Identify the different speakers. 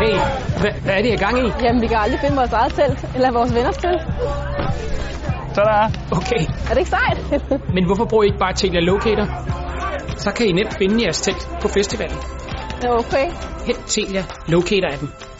Speaker 1: Hey, hvad, hvad er det, jeg er gang i?
Speaker 2: Jamen, vi kan aldrig finde vores eget telt, eller vores venners telt.
Speaker 3: Så der er.
Speaker 1: Okay,
Speaker 2: Er det ikke sejt?
Speaker 1: men hvorfor bruger I ikke bare Telia Locator? Så kan I nemt finde jeres telt på festivalen.
Speaker 2: okay.
Speaker 1: Hent Telia Locator-appen.